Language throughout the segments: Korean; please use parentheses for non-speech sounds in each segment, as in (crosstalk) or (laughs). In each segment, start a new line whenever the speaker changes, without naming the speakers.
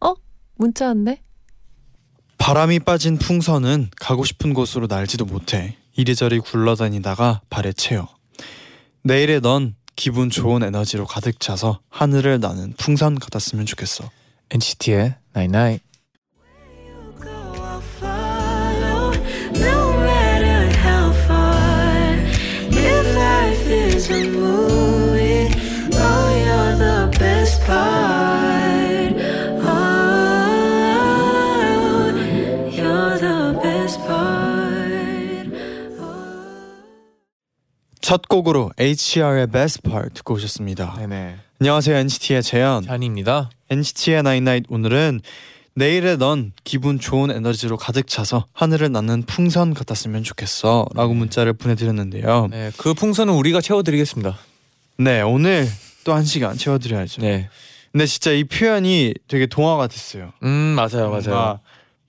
어? 문자 왔네?
바람이 빠진 풍선은 가고 싶은 곳으로 날지도 못해 이리저리 굴러다니다가 발에 채여 내일의 넌 기분 좋은 에너지로 가득 차서 하늘을 나는 풍선 같았으면 좋겠어
NCT의 Night Night.
go I'll follow no matter how far if life is a movie oh you're the best part oh you're the best part
첫 곡으로 HR의 Best Part 듣고 오셨습니다
네네.
안녕하세요 NCT의 재현
잔입니다.
NCT의 나잇나잇 오늘은 내일의 넌 기분 좋은 에너지로 가득 차서 하늘을 나는 풍선 같았으면 좋겠어 라고 문자를 보내드렸는데요
네, 그 풍선은 우리가 채워드리겠습니다.
네 오늘 또 한 시간 채워드려야죠
네.
근데 진짜 이 표현이 되게 동화 같았어요.
음 맞아요 맞아요.
뭔가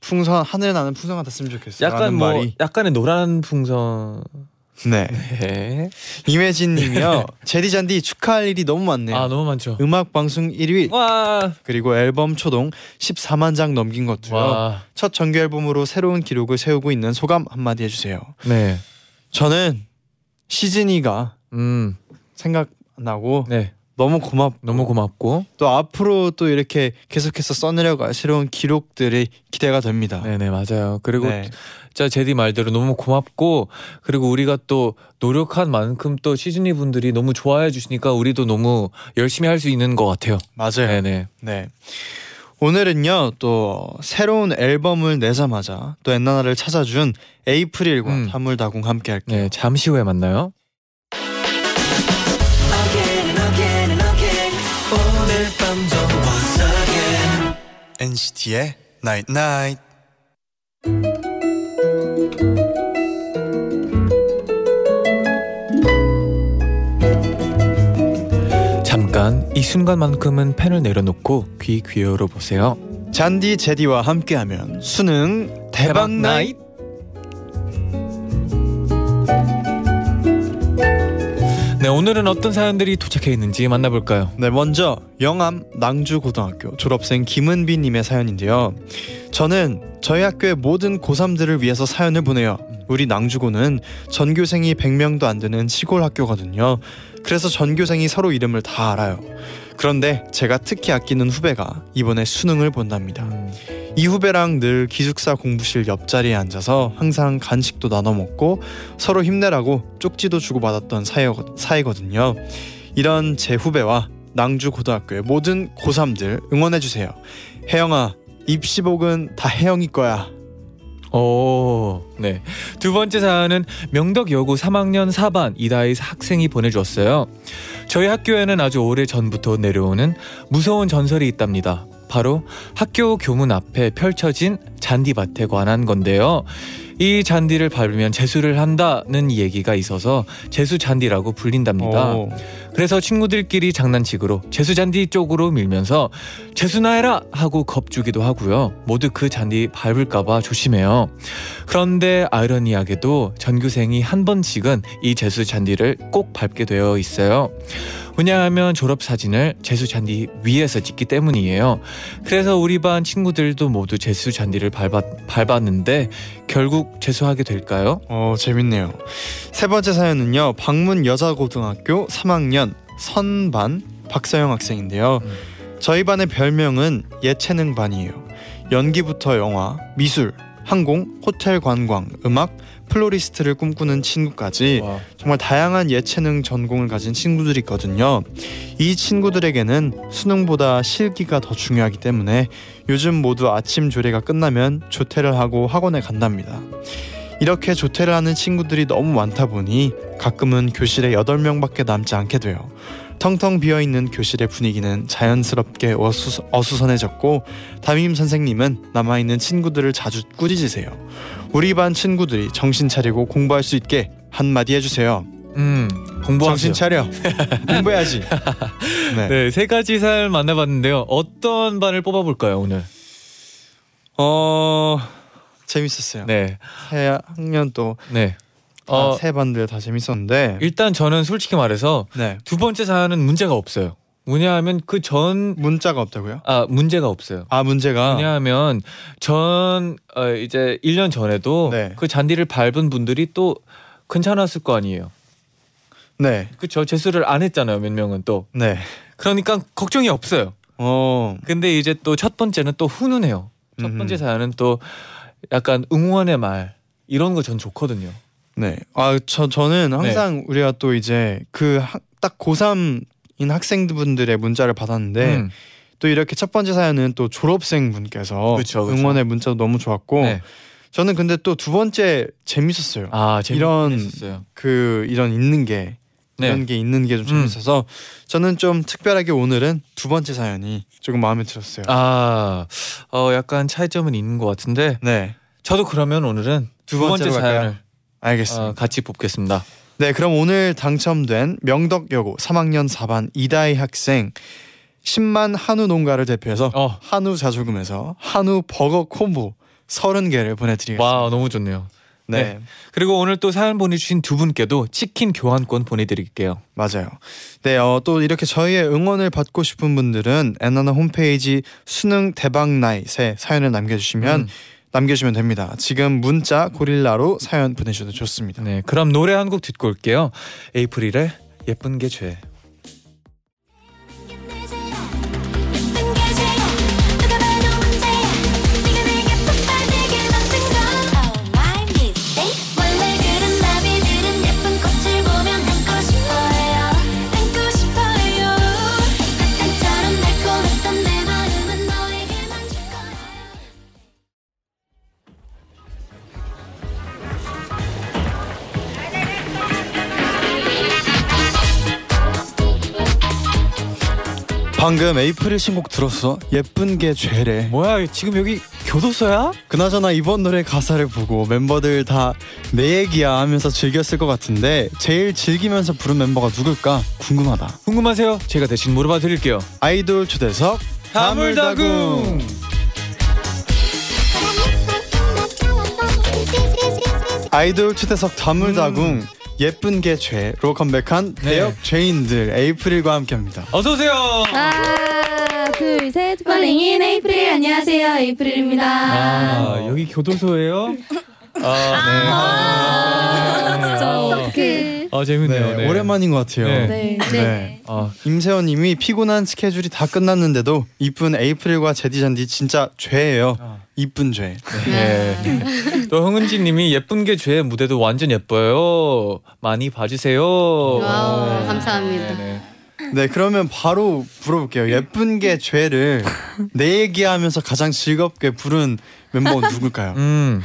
풍선 하늘 나는 풍선 같았으면 좋겠어요.
약간
라는
뭐
그 말이.
약간의 노란 풍선.
네.
네. (laughs)
임혜진님이요. 제디 잔디 축하할 일이 너무 많네요.
아 너무 많죠.
음악 방송 1위
와.
그리고 앨범 초동 14만 장 넘긴 것도요.
와.
첫 정규 앨범으로 새로운 기록을 세우고 있는 소감 한마디 해주세요.
네.
저는 시진이가
음.
생각나고
네.
너무 고맙.
너무 고맙고.
또 앞으로 또 이렇게 계속해서 써내려갈 새로운 기록들이 기대가 됩니다.
네네 맞아요. 그리고
네.
진짜 제디 말대로 너무 고맙고 뭐 그리고 우리가 또 노력한 만큼 또 시즈니 분들이 너무 좋아해 주시니까 우리도 너무 열심히 할 수 있는 것 같아요.
맞아요.
네네.
네. 오늘은요 또 새로운 앨범을 내자마자 또 엔나나를 찾아준 에이프릴과
음.
다물다공 함께 할게요.
네 잠시 후에 만나요.
again and again and again 오늘 밤도 once again
NCT의 Night Night.
잠깐 이 순간만큼은 펜을 내려놓고 귀 귀여로 보세요.
잔디 제디와 함께하면 수능 대박 나이.
네 오늘은 어떤 사연들이 도착해 있는지 만나볼까요?
네 먼저 영암 낭주 고등학교 졸업생 김은비님의 사연인데요. 저는 저희 학교의 모든 고3들을 위해서 사연을 보내요. 우리 낭주고는 전교생이 100명도 안 되는 시골 학교거든요. 그래서 전교생이 서로 이름을 다 알아요. 그런데 제가 특히 아끼는 후배가 이번에 수능을 본답니다. 이 후배랑 늘 기숙사 공부실 옆자리에 앉아서 항상 간식도 나눠 먹고 서로 힘내라고 쪽지도 주고 받았던 사이거, 사이거든요. 이런 제 후배와 낭주 고등학교의 모든 고3들 응원해 주세요. 혜영아 입시복은 다 혜영이 거야.
오, 네. 두 번째 사연은 명덕 여고 3학년 4반 이다희 학생이 보내주었어요. 저희 학교에는 아주 오래 전부터 내려오는 무서운 전설이 있답니다. 바로 학교 교문 앞에 펼쳐진 잔디밭에 관한 건데요. 이 잔디를 밟으면 재수를 한다는 얘기가 있어서 재수 잔디라고 불린답니다.
오.
그래서 친구들끼리 장난식으로 재수 잔디 쪽으로 밀면서 재수나 해라 하고 겁주기도 하고요. 모두 그 잔디 밟을까봐 조심해요. 그런데 아이러니하게도 전교생이 한 번씩은 이 재수 잔디를 꼭 밟게 되어 있어요. 왜냐하면 졸업 사진을 재수 잔디 위에서 찍기 때문이에요. 그래서 우리 반 친구들도 모두 재수 잔디를 밟았, 밟았는데 결국 재수하게 될까요?
어 재밌네요. 세 번째 사연은요 방문 여자고등학교 3학년 선반 박서영 학생인데요.
음.
저희 반의 별명은 예체능 반이에요. 연기부터 영화, 미술, 항공, 호텔 관광, 음악, 플로리스트를 꿈꾸는 친구까지 정말 다양한 예체능 전공을 가진 친구들이 있거든요. 이 친구들에게는 수능보다 실기가 더 중요하기 때문에 요즘 모두 아침 조례가 끝나면 조퇴를 하고 학원에 간답니다. 이렇게 조퇴를 하는 친구들이 너무 많다 보니 가끔은 교실에 8명밖에 남지 않게 돼요. 텅텅 비어있는 교실의 분위기는 자연스럽게 어수, 어수선해졌고 담임 선생님은 남아있는 친구들을 자주 꾸짖으세요. 우리 반 친구들이 정신 차리고 공부할 수 있게 한마디 해주세요.
음, 공부하세요.
정신 차려.
(laughs)
공부해야지. 네.
네, 세 가지 사연 만나봤는데요. 어떤 반을 뽑아볼까요 오늘?
어 재밌었어요.
네,
새 학년 또새
네. 어,
반들 다 재밌었는데.
일단 저는 솔직히 말해서
네.
두 번째 사연은 문제가 없어요. 왜냐하면 그 전
문자가 없다고요?
아, 문제가 없어요.
아 문제가.
왜냐하면 전 어, 이제 1년 전에도
네.
그 잔디를 밟은 분들이 또 괜찮았을 거 아니에요.
네.
그저 재수를 안 했잖아요. 몇 명은 또.
네.
그러니까 걱정이 없어요.
어.
근데 이제 또 첫 번째는 또 훈훈해요. 첫 번째
음흠.
사연은 또 약간 응원의 말 이런 거 전 좋거든요. 네.
네. 아 저 저는 항상 우리가 또 이제 그 딱 고3인 학생분들의 문자를 받았는데
음,
또 이렇게 첫 번째 사연은 또 졸업생 분께서
그쵸, 그쵸.
응원의 문자도 너무 좋았고
네.
저는 근데 또 두 번째 재밌었어요.
아
이런-
재밌었어요.
그 이런 있는 게
네.
이런 게 있는 게 좀
음.
재밌어서 저는 좀 특별하게 오늘은 두 번째 사연이 조금 마음에 들었어요.
아, 어 약간 차이점은 있는 것 같은데
네,
저도 그러면 오늘은 두 번째
번째로 갈까요?
사연을
알겠습니다.
어, 같이 뽑겠습니다.
네, 그럼 오늘 당첨된 명덕여고 3학년 4반 이다희 학생 10만 한우 농가를 대표해서
어,
한우 자조금에서 한우 버거 콤보 30개를 보내드리겠습니다.
와 너무 좋네요.
네,
그리고 오늘 또 사연 보내주신 두 분께도 치킨 교환권 보내드릴게요.
맞아요. 네, 어, 또 이렇게 저희의 응원을 받고 싶은 분들은 엔나나 홈페이지 수능 대박 나잇에 사연을 남겨주시면
음.
남겨주면 됩니다. 지금 문자 고릴라로 사연 보내주셔도 좋습니다.
네, 그럼 노래 한 곡 듣고 올게요. 에이프릴의 예쁜 게
예쁜 게 죄야
죄.
누가 봐도 문제야 네가 내게 푹 빠지길 바쁜 건 Oh my mistake 원래 그런 나비들은 예쁜 꽃을 보면 안고 싶어해요 안고 싶어해요 사탕처럼 달콤했던 내 마음은 너에게만 줄 거야
방금 에이프릴 신곡 들었어? 예쁜 게 죄래.
뭐야 지금 여기 교도소야?
그나저나 이번 노래 가사를 보고 멤버들 다 내 얘기야 하면서 즐겼을 것 같은데 제일 즐기면서 부른 멤버가 누굴까 궁금하다.
궁금하세요? 제가 대신 물어봐 드릴게요.
아이돌 초대석
다물다궁.
아이돌 초대석 다물다궁 예쁜 게 죄로 컴백한
음. 네.
대역 죄인들 에이프릴과 함께합니다.
어서 오세요.
하나, 둘, 셋. 펄링인 에이프릴. 안녕하세요. 에이프릴입니다.
아, 여기 교도소예요? 네. 아, 네. 아,
그,
아, 재밌네요.
네,
네.
오랜만인 것 같아요.
네.
네.
네.
아,
임세원님이 피곤한 스케줄이 다 끝났는데도 이쁜 에이프릴과 제디잔디 진짜 죄예요.
아.
이쁜 죄.
네. 또 홍은지 님이 예쁜 게 죄 무대도 완전 예뻐요. 많이 봐주세요.
와우,
네.
감사합니다.
네,
네 그러면 바로 물어볼게요. 예쁜 게 죄를 내 얘기하면서 가장 즐겁게 부른 멤버는 누굴까요?
음,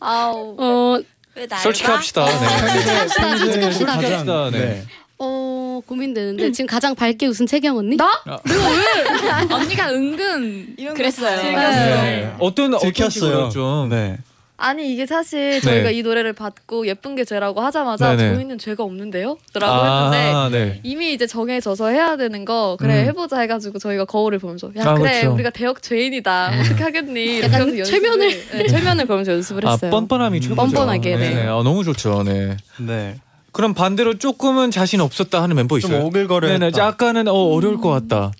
아우
어, 아,
왜 나를
솔직히
봐?
합시다. 네.
솔직합시다. 솔직합시다.
가장-
솔직합시다, 네.
어, 고민되는데 지금 가장 밝게 웃은 채경 언니? 어? 나?
아.
언니가 은근
이런 거
그랬어요.
즐겼어.
네. 어떤 어떤 식으로
들켰어요.
좀
네.
아니 이게 사실 저희가
네.
이 노래를 받고 예쁜 게 죄라고 하자마자
네네.
저희는 죄가 없는데요? 라고 했는데
아, 네.
이미 이제 정해져서 해야 되는 거 그래
음.
해보자 해가지고 저희가 거울을 보면서 야
아,
그래
그렇죠.
우리가 대역 죄인이다 어떻게 하겠니 이렇게 하면서 연습을-
최면을.
네, 최면을 보면서 연습을
아,
했어요.
뻔뻔함이 최고죠.
뻔뻔하게, 네.
아, 너무 좋죠. 네.
네.
그럼 반대로 조금은 자신 없었다 하는 멤버
좀
있어요?
오글거려.
네네, 약간은 어, 어려울 것 같다.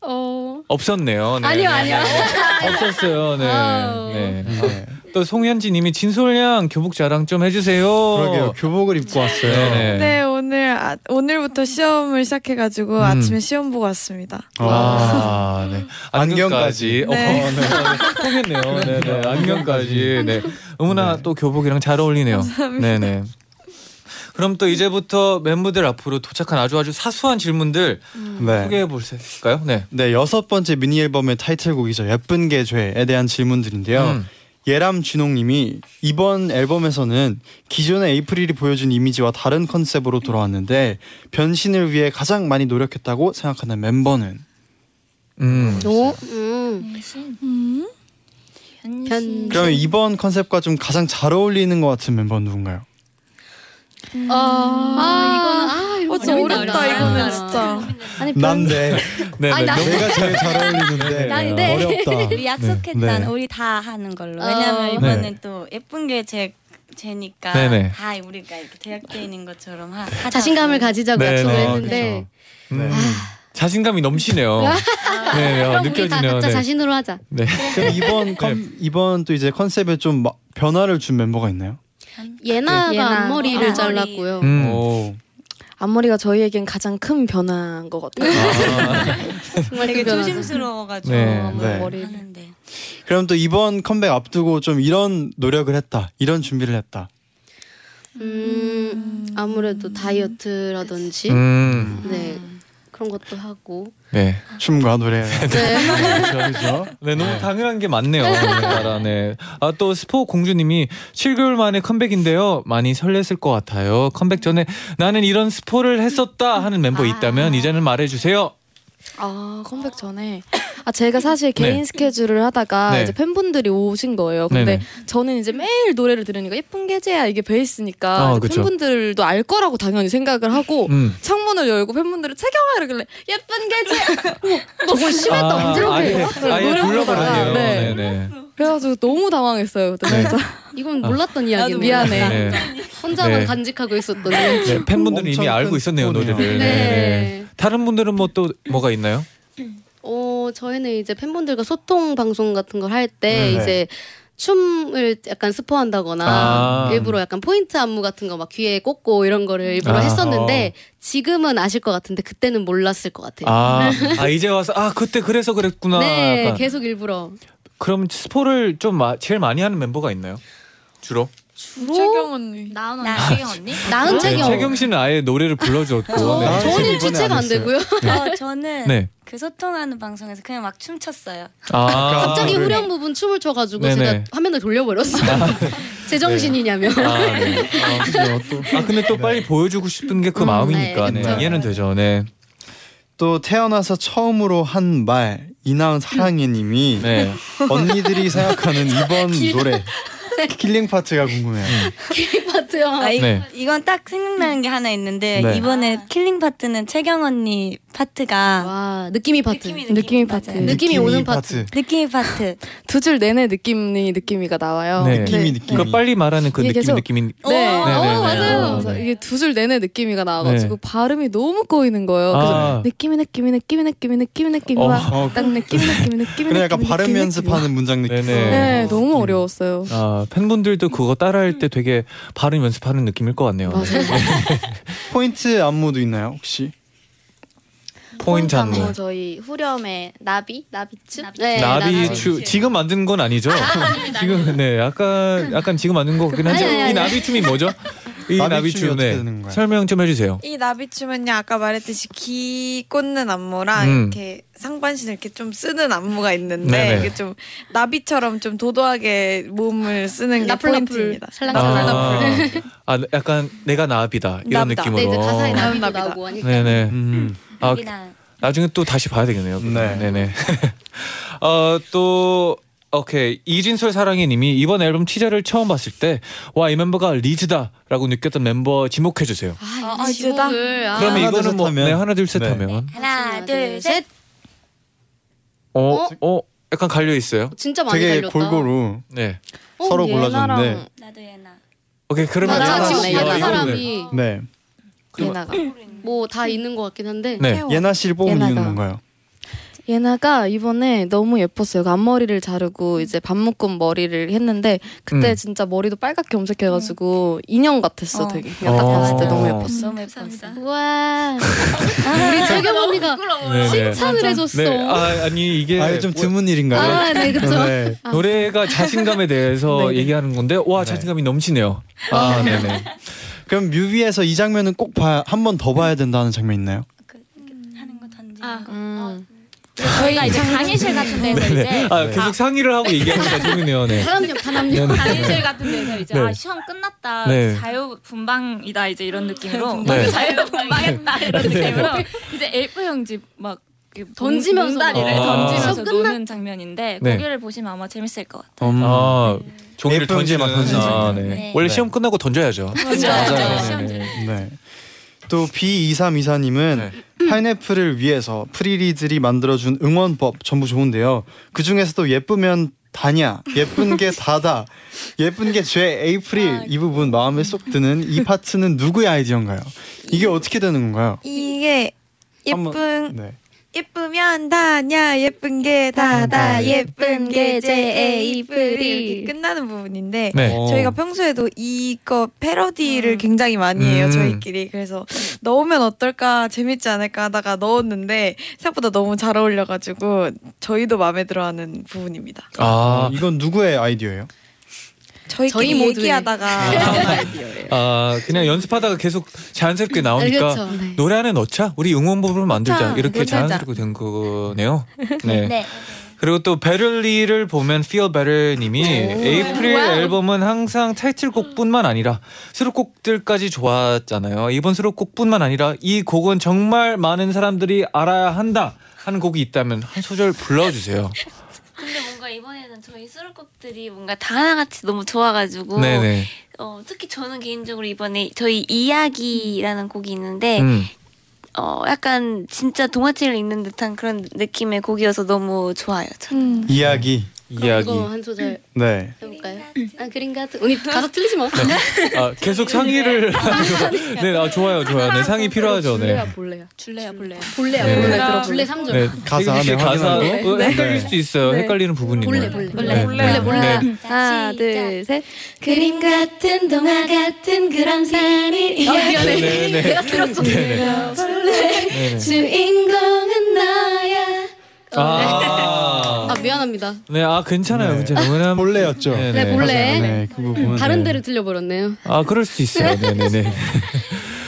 어.
없었네요. 네.
아니요, (laughs)
(laughs)
아니요.
없었어요. 네.
아우.
네.
네.
또 송현지님이 진솔양 교복 자랑 좀 해주세요.
그러게요. 교복을 입고 왔어요.
네네.
네 오늘 아, 오늘부터 시험을 시작해가지고
음.
아침에 시험 보고 왔습니다.
아, 네.
안경까지.
안경까지.
네.
어, 네. 통했네요. 네, 네. 안경까지. 네. 어머나 또 교복이랑 잘 어울리네요. 네, 네. 그럼 또 이제부터 멤버들 앞으로 도착한 아주 아주 사소한 질문들
네.
소개해 볼까요? 네.
네 여섯 번째 미니 앨범의 타이틀곡이죠. 예쁜 게 죄에 대한 질문들인데요.
음.
예람 준홍님이 이번 앨범에서는 기존의 에이프릴이 보여준 이미지와 다른 컨셉으로 돌아왔는데 변신을 위해 가장 많이 노력했다고 생각하는 멤버는
음.
오? 음.
음?
변.
그러면 이번 컨셉과 좀 가장 잘 어울리는 것 같은 멤버는 누군가요?
음.
아,
아, 이거는 아,
어, 진짜
이거
어렵다 이거는 진짜.
아니 변.
난데
(laughs) 네,
아니, 나-
내가 제일 잘 어울리는데
네.
난데.
(laughs)
어렵다.
우리 약속했잖아.
네.
우리 다 하는 걸로.
어.
왜냐면
네.
이번엔 또 예쁜 게 제, 제니까
네네.
다 우리가 이렇게 대학교 있는 것처럼 하, 하자고.
아, 자신감을 가지자고
네,
약속을
네.
했는데
음.
네.
자신감이 넘치네요.
아.
네, 야,
아. 그럼 우리 다
느껴지네요.
각자
네.
자신으로 하자.
네.
어.
그럼 이번
네.
컨, 이번 또 이제 컨셉에 좀 마- 변화를 준 멤버가 있나요?
예나가
예나.
앞머리를
앞머리.
잘랐고요.
음.
오.
앞머리가 저희에겐 가장 큰 변화인 것 같아요. 정말
되게
큰 변화죠.
조심스러워가지고
네,
뭐
네.
하는데.
그럼 또 이번 컴백 앞두고 좀 이런 노력을 했다, 이런 준비를 했다.
그렇죠.
음, 아무래도 다이어트라든지
음.
네 그런 것도 하고
네.
춤과 노래.
네.
그렇죠.
네, 너무 당연한 게 많네요. 우리나라, 네. 아, 또 스포 공주님이 7개월 만에 컴백인데요. 많이 설렜을 것 같아요. 컴백 전에 나는 이런 스포를 했었다 하는
아.
멤버 있다면 이제는 말해주세요.
아 컴백 전에 아 제가 사실 개인
네.
스케줄을 하다가
네.
이제 팬분들이 오신 거예요. 근데
네네.
저는 이제 매일 노래를 들으니까 예쁜 게제야 이게 베이스니까
아,
이제
그쵸.
팬분들도 알 거라고 당연히 생각을 하고
(laughs) 음.
창문을 열고 팬분들이 채경아 이러길래 예쁜 게제야
(laughs)
정말 심했다
아,
언제로
아예, 아예
노래
불러버렸네요.
부르다가, 네.
네. 네.
그래가지고 너무 당황했어요. 그때 진짜
(laughs) 이건 몰랐던 이야기네.
미안해.
아. 네.
혼자만
네.
간직하고 있었던. 네.
네, 팬분들은 이미
엄청
알고
큰
있었네요,
스포네요.
노래를.
네.
다른 분들은 뭐 또 뭐가 있나요?
어 저희는 이제 팬분들과 소통 방송 같은 걸 할 때
네.
이제 춤을 약간 스포한다거나
아.
일부러 약간 포인트 안무 같은 거 막 귀에 꽂고 이런 거를 일부러
아.
했었는데 지금은 아실 것 같은데 그때는 몰랐을 것 같아요. (laughs)
아, 아 이제 와서 아 그때 그래서 그랬구나.
네,
약간.
계속 일부러
그럼 스포를 좀 마- 제일 많이 하는 멤버가 있나요? 주로?
최경
어?
언니.
나은 언니, 나은 언니?
나은
네,
채경.
채경 씨는 아예 노래를 불러줬고.
저,
나은 채경
네.
저는
이번에
주체가
안
안 되고요.
어, 저는
네.
그 소통하는 방송에서 그냥 막 춤췄어요.
아,
갑자기
아, 그래.
후렴 부분 춤을 춰가지고 (laughs)
네네.
제가 화면을 돌려버렸어요. (laughs) 제 정신이냐며.
아, 네.
(laughs)
아, 그래요. 또- 아, 근데 또 빨리 보여주고 싶은 게 그
음,
마음이니까
네,
네,
그쵸.
이해는 되죠. 네.
또 태어나서 처음으로 한 말 이나은 사랑해님이
(laughs) 네.
언니들이 생각하는
(laughs)
이번 노래
네.
킬링 파트가 궁금해요.
음.
파트요.
아, 이,
네.
이건 딱 생각나는 게 하나 있는데
네.
이번에 킬링 파트는 채경 언니 파트가
아. 와 느낌이 파트.
느낌이 파트.
맞아요.
느- 느낌이 오는 파트.
느낌이 파트.
두 줄 내내 느낌이 느낌이가 나와요.
네.
느낌이 느낌이.
그 빨리 말하는 그
이게
느낌
계속-
느낌이
어, 네. 네.
오,
네, 네,
어,
네.
맞아요.
네.
이게 두 줄 내내 느낌이가
네.
나와가지고 발음이 너무 꼬이는 거예요. 그래서
아.
느낌이 느낌이 느낌이 느낌이 느낌이 느낌이
어.
와.
어,
딱 느낌이 느낌이 느낌이
그래 약간
느낌이,
발음
느낌이,
연습하는 문장 느낌.
네네.
느낌이. 네, 너무 어려웠어요.
아, 팬분들도 그거 따라할 때 되게 발음 연습하는 느낌일 것 같네요. 네.
포인트 안무도 있나요 혹시?
포인트 안무.
어, 저희 후렴의 나비 네. 나비춤.
네,
나비 춤 지금 만든 건 아니죠? 지금 네 약간 약간 지금 만든 거긴 한데
아니, 아니,
이
아니.
나비 춤이 뭐죠? 이
나비
나비
춤이 어떻게
춤에
되는 거예요?
설명 좀 해주세요.
이 나비춤은요 아까 말했듯이 귀 꽂는 안무랑
음.
이렇게 상반신을 이렇게 좀 쓰는 안무가 있는데
네네.
이게 좀 나비처럼 좀 도도하게 몸을 쓰는 게
나풀나풀,
포인트입니다.
살랑살랑.
아, 아 약간 내가 나비다 이런
나비다.
네 이제
느낌으로.
가사에
나비.
나비도
나비다.
나오고 하니까.
네네. 아
여기랑
나중에 또 다시 봐야 되겠네요.
음. 네.
네네. (laughs) 어, 어또 오케이 이진솔 사랑해님이 이번 앨범 티저를 처음 봤을 때 와 이 멤버가 리즈다라고 느꼈던 member 지목해 주세요.
아,
아,
이
이제다?
지목을. 아,
그러면
하나, 둘,
이거는
셋
뭐
하면?
네, 하나 둘 셋
네.
하면
하나, 둘, 셋.
어,
어?
어 약간 갈려 있어요.
진짜 많이
되게
달렸다.
골고루
네.
어,
서로
얘나랑
골라줬는데.
나도 예나.
오케이 그러면
맞아
하나,
지금
아,
받은
이거는-
사람이
네.
예나가
뭐 다 있는 것 같긴 한데.
네.
예나 씨를 뽑은
예나가.
이유는 뭔가요?
예나가 이번에 너무 예뻤어요. 그 앞머리를 자르고 이제 반묶음 머리를 했는데 그때
음.
진짜 머리도 빨갛게 염색해가지고
음.
인형 같았어
어.
되게. 그냥 딱
어.
봤을 때 너무 예뻤어.
너무 예뻤어.
우와. 아, 우리 재경 언니가
네, 네.
칭찬을 해줬어.
네. 아 아니 이게
아예 좀 드문 일인가요?
아, 네, 그쵸.
네.
노래가 자신감에 대해서
네.
얘기하는 건데 와
네.
자신감이 넘치네요. 아 네네.
그럼 뮤비에서 이 장면은 꼭 한 번 더 봐야 된다는 장면
아,
있나요?
아,
그, 이렇게 하는 거 던지는 거.
음.
저희가 이제 강의실 같은
네.
데서 이제
네.
아 계속 상의를 하고 얘기하니까 재밌네요. 네.
단합력, 단합력.
네, 네.
강의실 같은 데서 이제
네.
아 시험 끝났다
네.
자유분방이다 이제 이런 느낌으로
네.
자유분방했다 이런 느낌으로 이제 A4 용지 막 이렇게
던지면서. 어.
몽다리를
아.
던지면서
수업 끝났-
노는 장면인데
네.
거기를 보시면 아마 재밌을 것 같아요.
음.
아 종이를
예쁜
던지는
막 던지는.
아, 네.
네.
원래
네.
시험 끝나고 던져야죠.
맞아요.
네, 네, 네.
네. 또 B2324님은
네.
파인애플을 위해서 프리리들이 만들어준 응원법 전부 좋은데요. 그 중에서도 예쁘면 다냐, 예쁜 게 다다, 예쁜 게 죄, 에이프릴 이 부분 마음에 쏙 드는 이 파트는 누구의 아이디어인가요? 이게 어떻게 되는 건가요?
이게
한번-
예쁜
네.
예쁘면 다냐 예쁜 게 다다 예쁜 게제
네.
에이프릴 끝나는 부분인데
네.
어.
저희가 평소에도 이거 패러디를 굉장히 많이 해요
음.
저희끼리 그래서 넣으면 어떨까 재밌지 않을까 하다가 넣었는데 생각보다 너무 잘 어울려가지고 저희도 마음에 들어하는 부분입니다
아,
어, 이건 누구의 아이디어예요?
저희끼리
(laughs)
아.
저희 모두의. 아,
(laughs)
얘기하다가 (laughs) 나온 아이디어예요
아 그냥 연습하다가 계속 자연스럽게 나오니까
네. 그렇죠. 네.
노래 안에 넣자. 우리 응원법을 만들자.
넣자,
이렇게
넣자.
자연스럽게 된 거네요. 네.
네.
그리고 또 베를리를 보면 Feel Better 님이 에이프릴 앨범은 항상 타이틀곡뿐만 아니라 수록곡들까지 좋았잖아요. 이번 수록곡뿐만 아니라 이 곡은 정말 많은 사람들이 알아야 한다 하는 곡이 있다면 한 소절 불러주세요.
근데 뭔가 이번에는 저희 수록곡들이 뭔가 다 하나같이 너무 좋아가지고
네네.
어, 특히 저는 개인적으로 이번에 저희 이야기라는 곡이 있는데
음.
어, 약간 진짜 동화책을 읽는 듯한 그런 느낌의 곡이어서 너무 좋아요. 저는.
음. 이야기.
음.
이야기.
이거 한 소절
네.
해볼까요? 아 그림 같은 언니 가사 틀리지 마.
아, 계속 상의를. 네, 아, 좋아요, 좋아요. 네, 상의 필요하죠. 네.
볼레야.
줄래야 볼래야.
볼레야 아,
네.
볼레
네.
들어. 볼레 3절.
네,
가사,
되게
네,
가사
확인하는
어,
거.
헷갈릴
네.
수도 있어요. 헷갈리는 부분이네요.
볼래, 볼래.
네,
볼래,
네,
볼래.
네.
하나 둘셋
그림 같은 동화 같은 그런 삶이
아
예. (laughs)
미안해.
네, 네.
내가 들었어.
네.
네, 네.
주인공은 너야
아,
아 미안합니다.
네, 아 괜찮아요,
네.
괜찮아요. 왜냐면
본래였죠.
네,
네, 본래.
네, 그
음,
부분.
다른
네.
데를 들려버렸네요.
아 그럴 수 있어요.
(laughs)
네네네.
어,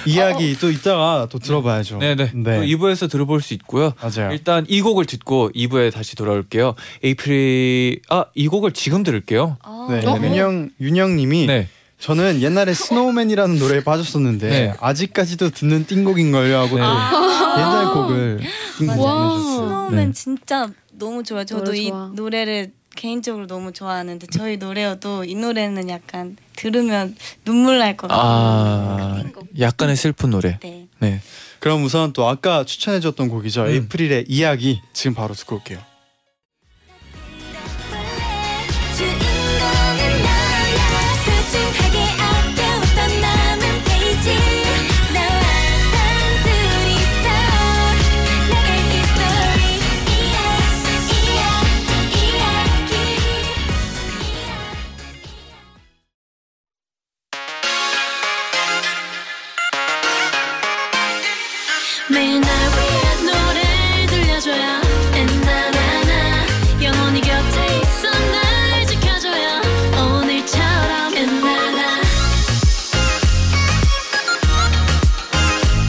이야기 또 이따가 또 들어봐야죠.
네네.
네.
또 2부에서 들어볼 수 있고요.
맞아요.
일단 이 곡을 듣고 2부에 다시 돌아올게요. 에이프리 아이 곡을 지금 들을게요.
아.
아,
네,
어?
윤영 윤영님이
네.
저는 옛날에 스노우맨이라는 노래에 빠졌었는데
네.
아직까지도 듣는 띵곡인 걸요 하고
네.
또 옛날 곡을 띵곡
와.
보내줬어요.
아.
네.
네.
스노우맨 진짜 너무 좋아요. 저도
노래
이
좋아.
노래를 개인적으로 너무 좋아하는데 저희 노래여도 이 노래는 약간 들으면 눈물 날 것 같아요.
아 약간의 슬픈 노래.
네.
네.
그럼 우선 또 아까 추천해줬던 곡이죠.
음.
에이프릴의 이야기 지금 바로 듣고 올게요.
주인공은 너야 소중하게 아껴왔던 남은 페이지 나와 단 둘이서 나갈게 스토리 이야 이야 이야기 이야
매일 날 위한 노래를 들려줘요 엔나나나 영원히 곁에 있어 날 지켜줘요 오늘처럼 엔나나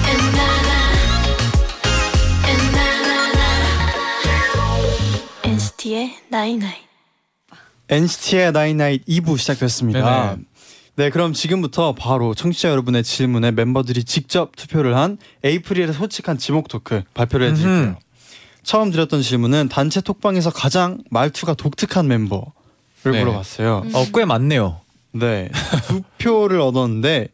엔나나 엔나나나 NCT의 나이나이
NCT의 나인나잇 2부 시작됐습니다.
네네.
네, 그럼 지금부터 바로 청취자 여러분의 질문에 멤버들이 직접 투표를 한 에이프릴의 솔직한 지목 토크 발표를 해드릴게요.
음흠.
처음 드렸던 질문은 단체 톡방에서 가장 말투가 독특한 멤버를
네.
물어봤어요.
음.
어꽤 많네요.
네, 두 표를 얻었는데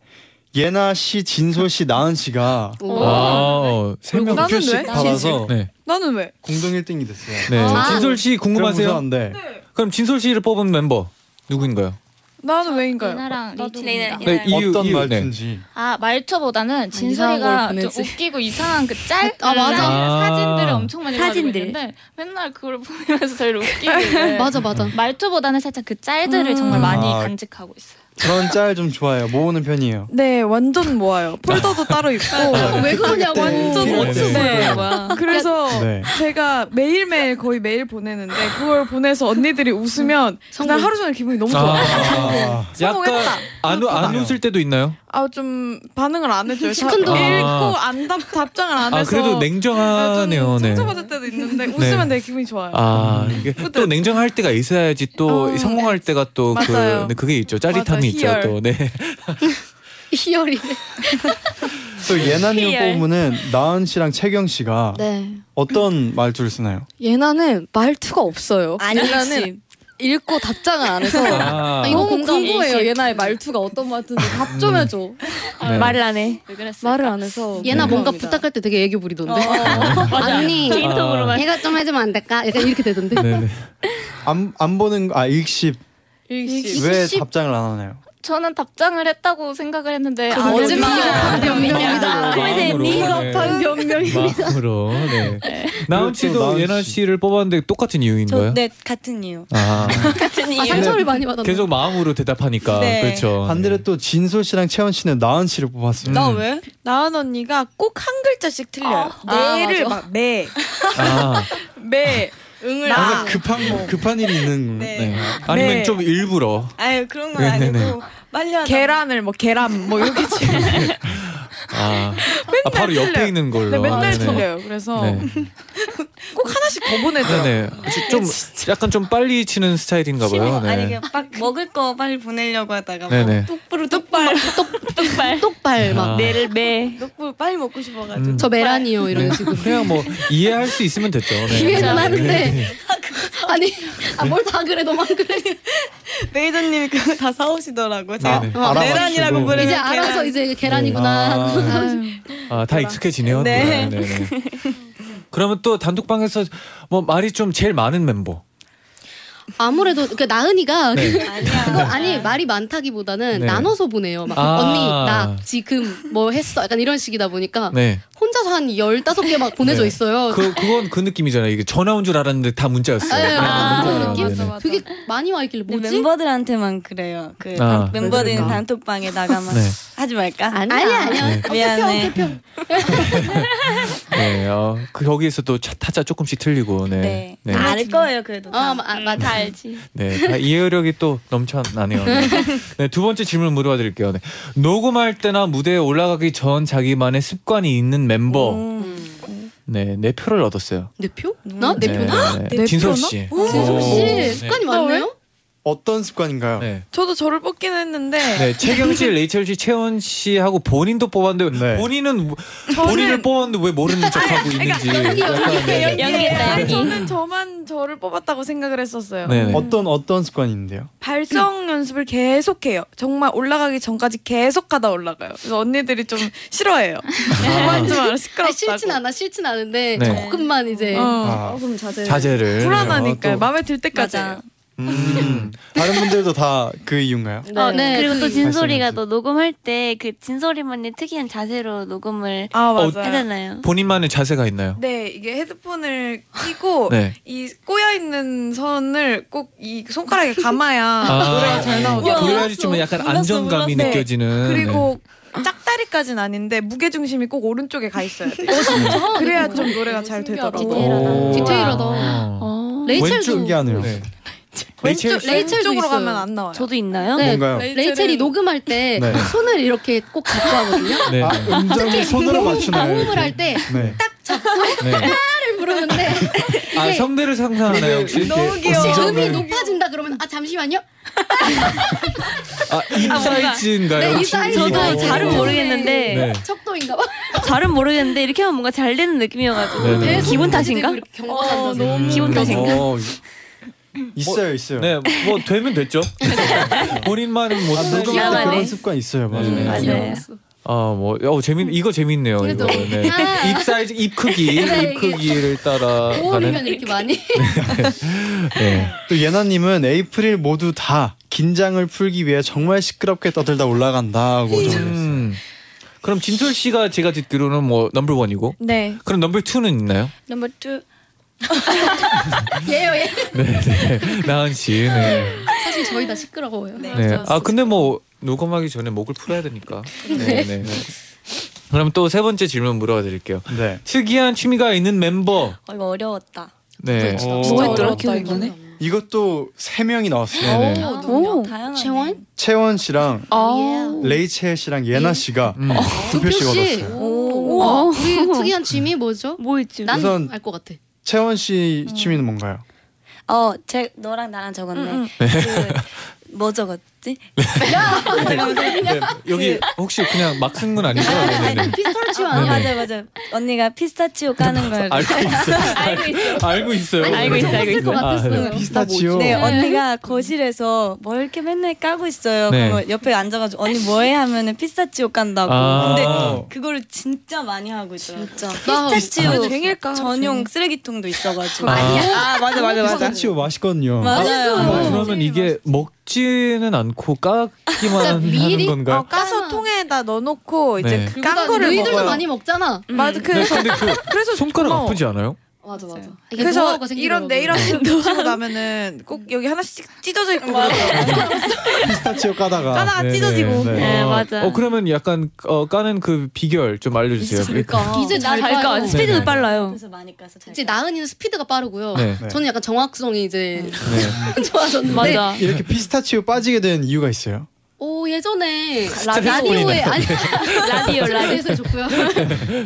예나 씨, 진솔 씨, 나은 씨가
오.
어, 아세 명.
나는 왜?
받아서
네.
나는 왜?
공동 1등이 됐어요.
네.
아.
진솔 씨
그럼
궁금하세요?
우선, 네.
그럼 진솔 씨를 뽑은 멤버 누구인가요?
나는 왜인가요?
누나랑 리틀입니다
예.
네, 네.
이유,
어떤
이유,
말투인지.
아 말투보다는
이상한
진솔이가
걸
좀
보내지.
웃기고 이상한 그 짤?
아, 맞아.
사진들을 엄청 많이
사진들.
가지고 있는데 맨날 그걸 보면서 저희를 웃기고 있는데
맞아 맞아.
말투보다는 살짝 그 짤들을 정말 많이
아.
간직하고 있어요
그런 짤 좀 좋아해요. 모으는 편이에요.
네 완전 모아요 폴더도 따로 있고
왜 그러냐고.
아, 완전
네.
멋진
네.
거예요. 그래서
네.
제가 매일매일 거의 매일 보내는데 그걸 보내서 언니들이
음.
웃으면 그날 하루 종일 기분이 너무 좋아.
아,
성공했다.
네. 약간 안, 우- 안
성공했다.
웃을 때도 있나요?
아 좀 반응을 안 해줘요. 다
시큰둥.
읽고
아.
안 답, 답장을 안 해서
아 그래도
아, 좀
냉정하네요. 네.
상처받을 때도 있는데 웃으면
네.
되게 기분이 좋아요.
아 이게 또 냉정할 때가 있어야지 또
어,
성공할 때가 또 그,
맞아요.
네, 그게 있죠 짜릿함이
맞아,
있죠
희열.
또 네.
희열이
또 예나님
희열.
뽑으면은 나은 씨랑 채경 씨가
네.
어떤 말투를 쓰나요?
예나는 말투가 없어요.
안심.
예나는 읽고 답장을 안 해서
아.
너무
공감,
궁금해요.
인식.
예나의 말투가 어떤 말투인지 답 좀 해줘.
네. 말을
아, 안 해.
왜 그랬을까?
말을 안 해서
얘나
궁금합니다.
뭔가
어.
부탁할 때 되게 애교 부리던데. (laughs)
맞아.
언니
개인톡으로만.
얘가 좀 해주면 안 될까? 약간 이렇게 되던데.
네네.
안, 안 보는 거- 아 읽씹
일시.
왜 답장을 안 하나요?
저는 답장을 했다고 생각을 했는데
그건
거짓말.
미흡한 변명이다.
마음으로, 네.
그러니까.
마음으로
(laughs)
네. 나은
나은
씨도
씨.
예나 씨를 뽑았는데 똑같은 이유인가요?
저네 같은 이유.
(laughs)
아
같은 이유.
아, 상처를 많이 받았네.
계속 마음으로
그러니까,
대답하니까
네.
그렇죠.
반대로 또 진솔 씨랑 채원 씨는 나은 씨를
음.
뽑았습니다.
나 왜?
나은 언니가 꼭 한 글자씩 틀려요. 네 매를
맞아.
막 매,
아,
매,
응을
나.
안-
급한 급한 일이 있는
네.
네. 아니면
네.
좀 일부러
아유 그런 건
네, 네,
아니고
네.
빨리 하자.
계란을 뭐 계란 뭐 (laughs) 이렇게 지
아, 아, 바로 옆에
틀려요.
있는 걸로
네,
아,
맨날
네.
틀려요. 그래서
네.
(laughs) 꼭 하나씩 더 보내줘요.
네. 아직 좀 약간 좀 빨리 치는 스타일인가 봐요.
심해. 아니
네.
그냥
(laughs)
막 먹을 거 빨리 보내려고 하다가
네, 네.
똑부로 똑발
똑발.
똑발 막.
아,
매를 매.
뭐,
똑부로 빨리 먹고 싶어가지고
음.
저 메라니요 이런
네.
식으로.
그냥 뭐 이해할 수 있으면 됐죠. 네.
이해는
네.
하는데 아니 아, 뭘 다 그래 너만 그래.
메이저님이 그거 다 사오시더라고
아,
제가
네.
어,
알아맞히고.
계란이라고 그래.
이제
계란.
알아서 이제 계란이구나.
아, 아, 다 익숙해지네요.
네.
네, 네, 네. 그러면 또 단톡방에서 뭐 말이 좀 제일 많은 멤버.
아무래도 그 나은이가
네.
그거 아니 말이 많다기보다는
네.
나눠서 보내요. 막
아.
언니 나 지금 뭐 했어. 약간 이런 식이다 보니까
네.
혼자서 한 15개 막 보내져
네.
있어요.
그 그건 그 느낌이잖아요. 이게 전화 온 줄 알았는데 다 문자였어요.
네,
아,
맞아. 그런
문자가
느낌?
네네.
되게 많이 와 있길래
근데
뭐지?
멤버들한테만 그래요. 그
아.
단- 멤버들
그럴까?
단톡방에 나가면
네.
하지 말까?
아니야 아니야.
네.
미안해.
네, 어, 그 거기에서 또 차- 타자 조금씩 틀리고, 네,
네.
네,
아,
다 알 거예요 그래도.
어
다.
마- 아, 맞아.
다 알지.
네, 다 이해력이 또 넘쳐나네요. 네. 네, 두 번째 질문 물어봐 드릴게요. 네. 녹음할 때나 무대에 올라가기 전 자기만의 습관이 있는 멤버,
음.
네, 네 표를 얻었어요.
내 표? 나? 내
네,
표나?
네.
내
진솔
표나?
씨.
진솔
오.
씨
네.
습관이 많네요.
어떤 습관인가요?
네.
어, 저도 저를 뽑긴 했는데
네, 최경
(laughs)
씨, 레이첼 씨, 채원 씨하고 본인도 뽑았는데
네.
본인은 뭐,
저는- 그러니까
본인을 뽑았는데 왜 모르는 척하고 있는지 약간 네.
연기했다
아니,
연기.
저는 저만 저를 뽑았다고 생각을 했었어요.
네네.
어떤 어떤 습관이 있는데요?
발성 연습을 계속해요. 정말 올라가기 전까지 계속하다 올라가요. 그래서 언니들이 좀 싫어해요. 그만 좀 알아
아니,
시끄럽다고.
싫진 않아 싫진 않은데
아. 네.
조금만 이제
어.
아,
조금 자제.
자제를 어,
불안하니까요.
아, 또-
마음에 들 때까지.
맞아.
해요.
음, 다른 분들도 다 그 이유인가요?
네. 어, 네.
그리고 또 진솔이가
말씀해주세요.
또 녹음할 때 그 진솔이만의 특이한 자세로 녹음을
아 맞아요.
하잖아요.
본인만의 자세가 있나요?
네 이게 헤드폰을 끼고
네.
이 꼬여 있는 선을 꼭 이 손가락에 감아야 노래가
네.
잘 나오죠.
그래야지 좀 약간 안정감이
몰랐어.
느껴지는. 네.
그리고 짝다리까진 아닌데 무게 중심이 꼭 오른쪽에 가 있어야 돼. 네. 그래야 좀 노래가 잘
네.
되더라고.
신기하다.
오. 아.
디테일하다.
아.
어.
레이첼도
왼쪽이하네요.
네.
왼쪽
레이첼- 레이첼도
쪽으로
있어요.
가면 안 나와요.
저도 있나요?
네.
뭔가요?
레이첼이 녹음할 때
네.
손을 이렇게 꼭 잡고 하거든요.
네.
아, 음정을 손으로 맞추나요?
호흡을
이렇게?
그 할 때
네.
(laughs)
네.
부르는데
아, 성대를 상상하나요,
네.
혹시?
너무 귀여워.
혹시 음이
음정을-
높아진다 그러면 아 잠시만요.
아, 입 사이즈인가요?
네, 입
혹시?
사이즈.
저도
오.
잘은 모르겠는데
네.
척도인가 봐.
잘은 모르겠는데 이렇게 하면 뭔가 잘 되는 느낌이어가지고
네, 네.
기분 탓인가?
어,
음.
기분 탓인가?
어,
(laughs) 있어요, 있어요.
네, 뭐 되면 됐죠. 본인만은 못
아, 누가
귀여워.
아,
귀여워하네.
그런 습관 있어요, 맞아요.
음, 맞아요. 아, 뭐, 어, 재밌, 이거 재밌네요. 이거.
그래도.
네.
아.
입 사이즈, 입 크기,
네,
입
이게-
크기를 어, 따라가는.
모으면 이렇게 많이.
네.
또 예나님은 에이프릴 모두 다 긴장을 풀기 위해 정말 시끄럽게 떠들다 올라간다고 적어주셨어요.
음. 그럼 진솔 씨가 제가 듣기로는 뭐 넘버 원이고
네.
그럼 넘버 투는 있나요? (laughs)
넘버 투.
(laughs) 예요 예.
네, 나은 씨. 네.
사실 저희 다 시끄러워요. 네.
네. 아 근데 뭐 녹음하기 전에 목을 풀어야 되니까. 네. 네. 네. 그럼 또 세 번째 질문 물어드릴게요.
네.
특이한 취미가 있는 멤버.
어, 이거 어려웠다.
네.
어,
아,
어렵다 이거네.
이것도 세 명이 나왔어요.
네. 네.
아,
오.
다양한.
채원? 예.
채원 씨랑
아.
레이첼 씨랑 예나 씨가
음.
두 표씩
씨.
얻었어요.
오. 우리 특이한 취미 뭐죠?
뭐 있지?
난
우선-
알 것 같아.
채원 씨 취미는 뭔가요?
어, 제 너랑 나랑 적었네.
응,
그, (laughs) 뭐 적었지? (laughs) 뭐
네, 여기 혹시 그냥 막 쓴 건 아니죠? 네, 네, 네.
피스타치오
아니야?
맞아요, 맞아요. 언니가 피스타치오 까는 걸.
알고
(laughs)
있어요. 알고 있어요.
알고 있어요, 알고 있어요.
아, 네.
피스타치오.
네, 언니가 거실에서 뭘 이렇게 맨날 까고 있어요.
네.
그거 옆에 앉아가지고 언니 뭐해 하면은 피스타치오 깐다고.
아.
근데 그거를 진짜 많이 하고 있어요. 진짜.
나
아, 피스타치오
쟁일까?
전용 쓰레기통도 있어가지고.
아 맞아 맞아 맞아.
피스타치오 맛있거든요.
어,
맞아요.
그러면 이게 먹지는 않고 까기만 하는
미리-
건가요?
어, 까서 통에다 넣어놓고 이제
네.
그 깐 거를
너희들도
먹어요.
많이 먹잖아.
맞아
네,
그래서
근데 그
그래서
손가락
고마워.
아프지 않아요?
맞아 맞아.
그래서 이런 네일아트 붙이고 나면은 꼭 여기 하나씩 찢어져 있고 그러더라고요.
피스타치오 까다가.
까다가
네,
찢어지고.
네,
네, 맞아.
어 그러면 약간 어, 까는 그 비결 좀 알려주세요. 네.
어,
이제 잘까
스피드도 네네.
빨라요.
그래서 많이 까서 잘.
이제 나은이는 스피드가 빠르고요.
네.
네.
저는 약간 정확성이 이제
네.
좋아졌는데
맞아.
이렇게 피스타치오 빠지게 된 이유가 있어요.
오 예전에 (laughs) 라디오에
스트레스뿐이네.
아니
라디오 라디오.
라디오에서 좋고요.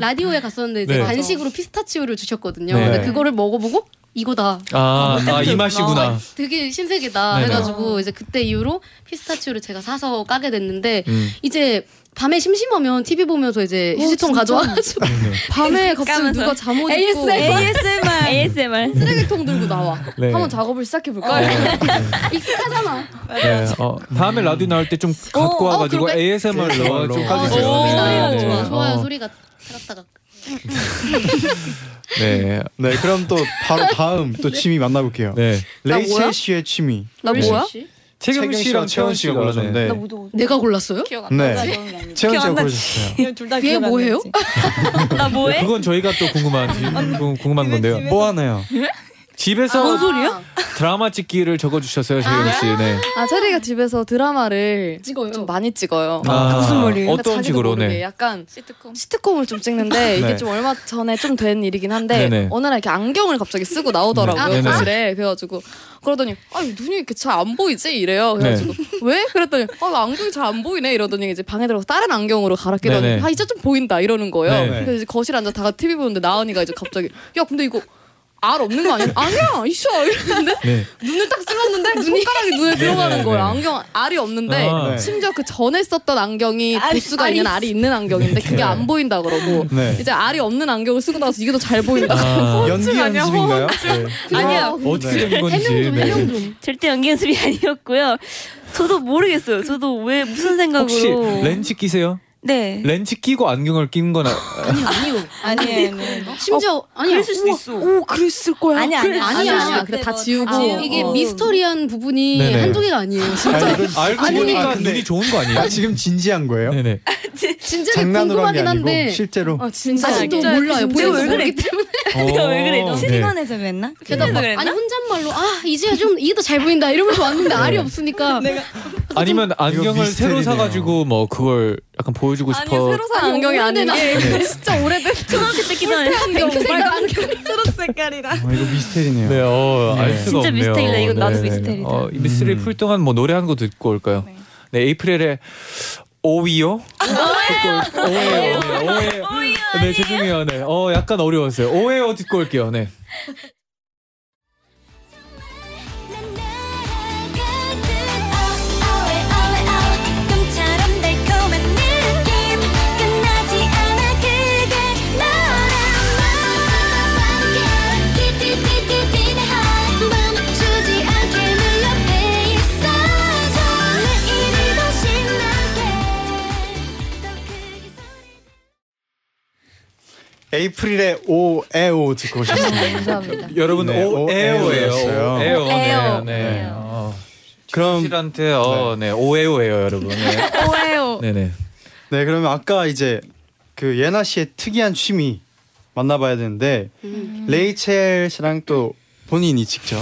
라디오에 갔었는데 이제
네.
간식으로 피스타치오를 주셨거든요.
네.
근데 그거를 먹어보고 이거다. 어,
아, 아, 이 맛이구나.
되게 신세계다
네네.
해가지고 이제 그때 이후로 피스타치오를 제가 사서 까게 됐는데
음.
이제 밤에 심심하면 TV 보면서 이제
(laughs)
휴지통
네,
가져와가지고 밤에 갑자기
까면서.
누가 잠옷 입고 네.
ASMR ASMR ASMR
쓰레기통 들고 나와
네. 어,
한번 작업을 시작해 볼까요?
익숙하잖아
네. 어, 다음에 라디오 나올 때 좀 갖고
어,
와가지고
그럴까요?
ASMR로 좀
어,
아,
까주세요.
어,
네,
소리가
네.
좋아 좋아요
어,
소리가 살았다가
(laughs) 네.
네, 그럼 또 바로 다음 또 취미 만나볼게요.
네.
레이첼 씨의 취미.
나
네.
뭐야?
채경 씨랑 채원 씨가
골라줬는데.
골라줬는데.
내가 골랐어요?
기억 안
네. (laughs)
좋은 게 아니고.
채원 씨가
기억나.
골라줬어요.
둘다
뒤에 뭐예요? (laughs)
나 뭐해?
네, 그건 저희가 또 궁금한 궁금- 궁금한 건데요.
뭐 하나요?
집에서
아,
뭔 소리야?
드라마 찍기를 적어주셨어요, 재경 씨. 네.
아 체리가 집에서 드라마를
찍어요.
좀 많이 찍어요.
아, 무슨 말이에요?
그러니까
어떤
자기도
식으로?
모르게
네.
약간
시트콤.
시트콤을 좀
(laughs)
찍는데 이게
네.
좀 얼마 전에 좀 된 일이긴 한데
네네.
어느 날 이렇게 안경을 갑자기 쓰고 나오더라고요
네. 네네.
거실에 그래가지고 그러더니 아 눈이 이렇게 잘 안 보이지 이래요
네.
그래가지고 왜 그랬더니 아 안경이 잘 안 보이네 이러더니 이제 방에 들어가서 다른 안경으로 갈아끼더니
네네.
아 이제 좀 보인다 이러는 거예요
네네.
그래서 이제 거실 앉아 다가 TV 보는데 나은이가 이제 갑자기 야 근데 이거 알 없는 거 아니야? 아니야 있어 이러는데
네.
눈을 딱 쓸었는데 손가락이 눈에 들어가는 거예요. 안경 알이 없는데
아,
네.
심지어 그 전에 썼던 안경이
알이-
도수가
알이
있는
있-
알이 있는 안경인데 그게 안 보인다 그러고
네.
이제 알이 없는 안경을 쓰고 나서 이게 더 잘 보인다. (laughs)
아,
연기 연습인가요? 네.
아니야.
어떻게 된 건지.
해명 좀
네.
해명 좀
절대
(laughs)
연기 연습이 아니었고요. 저도 모르겠어요. 저도 왜 무슨
혹시
생각으로
렌즈 끼세요?
네.
렌즈 끼고 안경을 낀 거나
아니요 아니요
아니에요.
심지어 아니야
오, 그랬을 거야.
아니 아니
아니야 아니야 그냥 다 지우고 어. 이게 미스터리한 부분이
네네.
한두 개가 아니에요 진짜
아, 이건
알고
아니,
보니까
근데-
눈이 좋은 거 아니에요?
아, 지금 진지한 거예요?
네네.
(laughs) 진작에
장난으로 한 게
궁금하긴
아니고
한데
실제로. 어.
진짜
아직도 몰라요
진짜 왜
보여주기
그래?
아.
때문에
내가
왜 그래, 너?
네.
시간에서 그랬나?
게다가 막, 아니 혼잣말로 아 이제 좀 이게 더 잘 보인다 이러면서 왔는데 알이 없으니까
아니면 안경을 새로
미스테리네요.
사가지고 뭐 그걸 약간 보여주고
아니
싶어.
새로 산 안경이 아닌 게
(laughs)
진짜 오래된
초등학교 때 끼던
안경 빨간
초록 색깔이라.
어, 이거 미스테리네요.
네, 어, 알
네.
수가
진짜
없네요.
미스테리다. 이건 나도
네네.
미스테리다.
어, 이 미스테리
음.
풀 동안 뭐 노래 한 거 듣고 올까요? 네, 에이프릴의 오이요? 듣고 올- 오해요. 네, 오해요. 네, 죄송해요. 네, 어, 약간 어려웠어요. 오해요 듣고 올게요. 네.
난 날아가듯 아웨 아웨 아웨 꿈처럼 달콤한 느낌 끝나지 않아 그게 너란 말 띠띠띠띠띠 내 heart 멈추지 않게 늘 옆에 있어줘 내 이를 더 신나게 더 크게 소리
에이프릴의 오에오 듣고 오셨습니다.
감사합니다.
여러분,
네,
오에요예요.
오해요였어요.
오에요. 네,
오해요.
네. 어,
그럼
실한테 어, 네, 오에요예요, 여러분. 네.
오해요.
네, 네.
네, 그러면 아까 이제 그 예나 씨의 특이한 취미 만나봐야 되는데 음. 네. 레이첼 씨랑 또 본인이 직접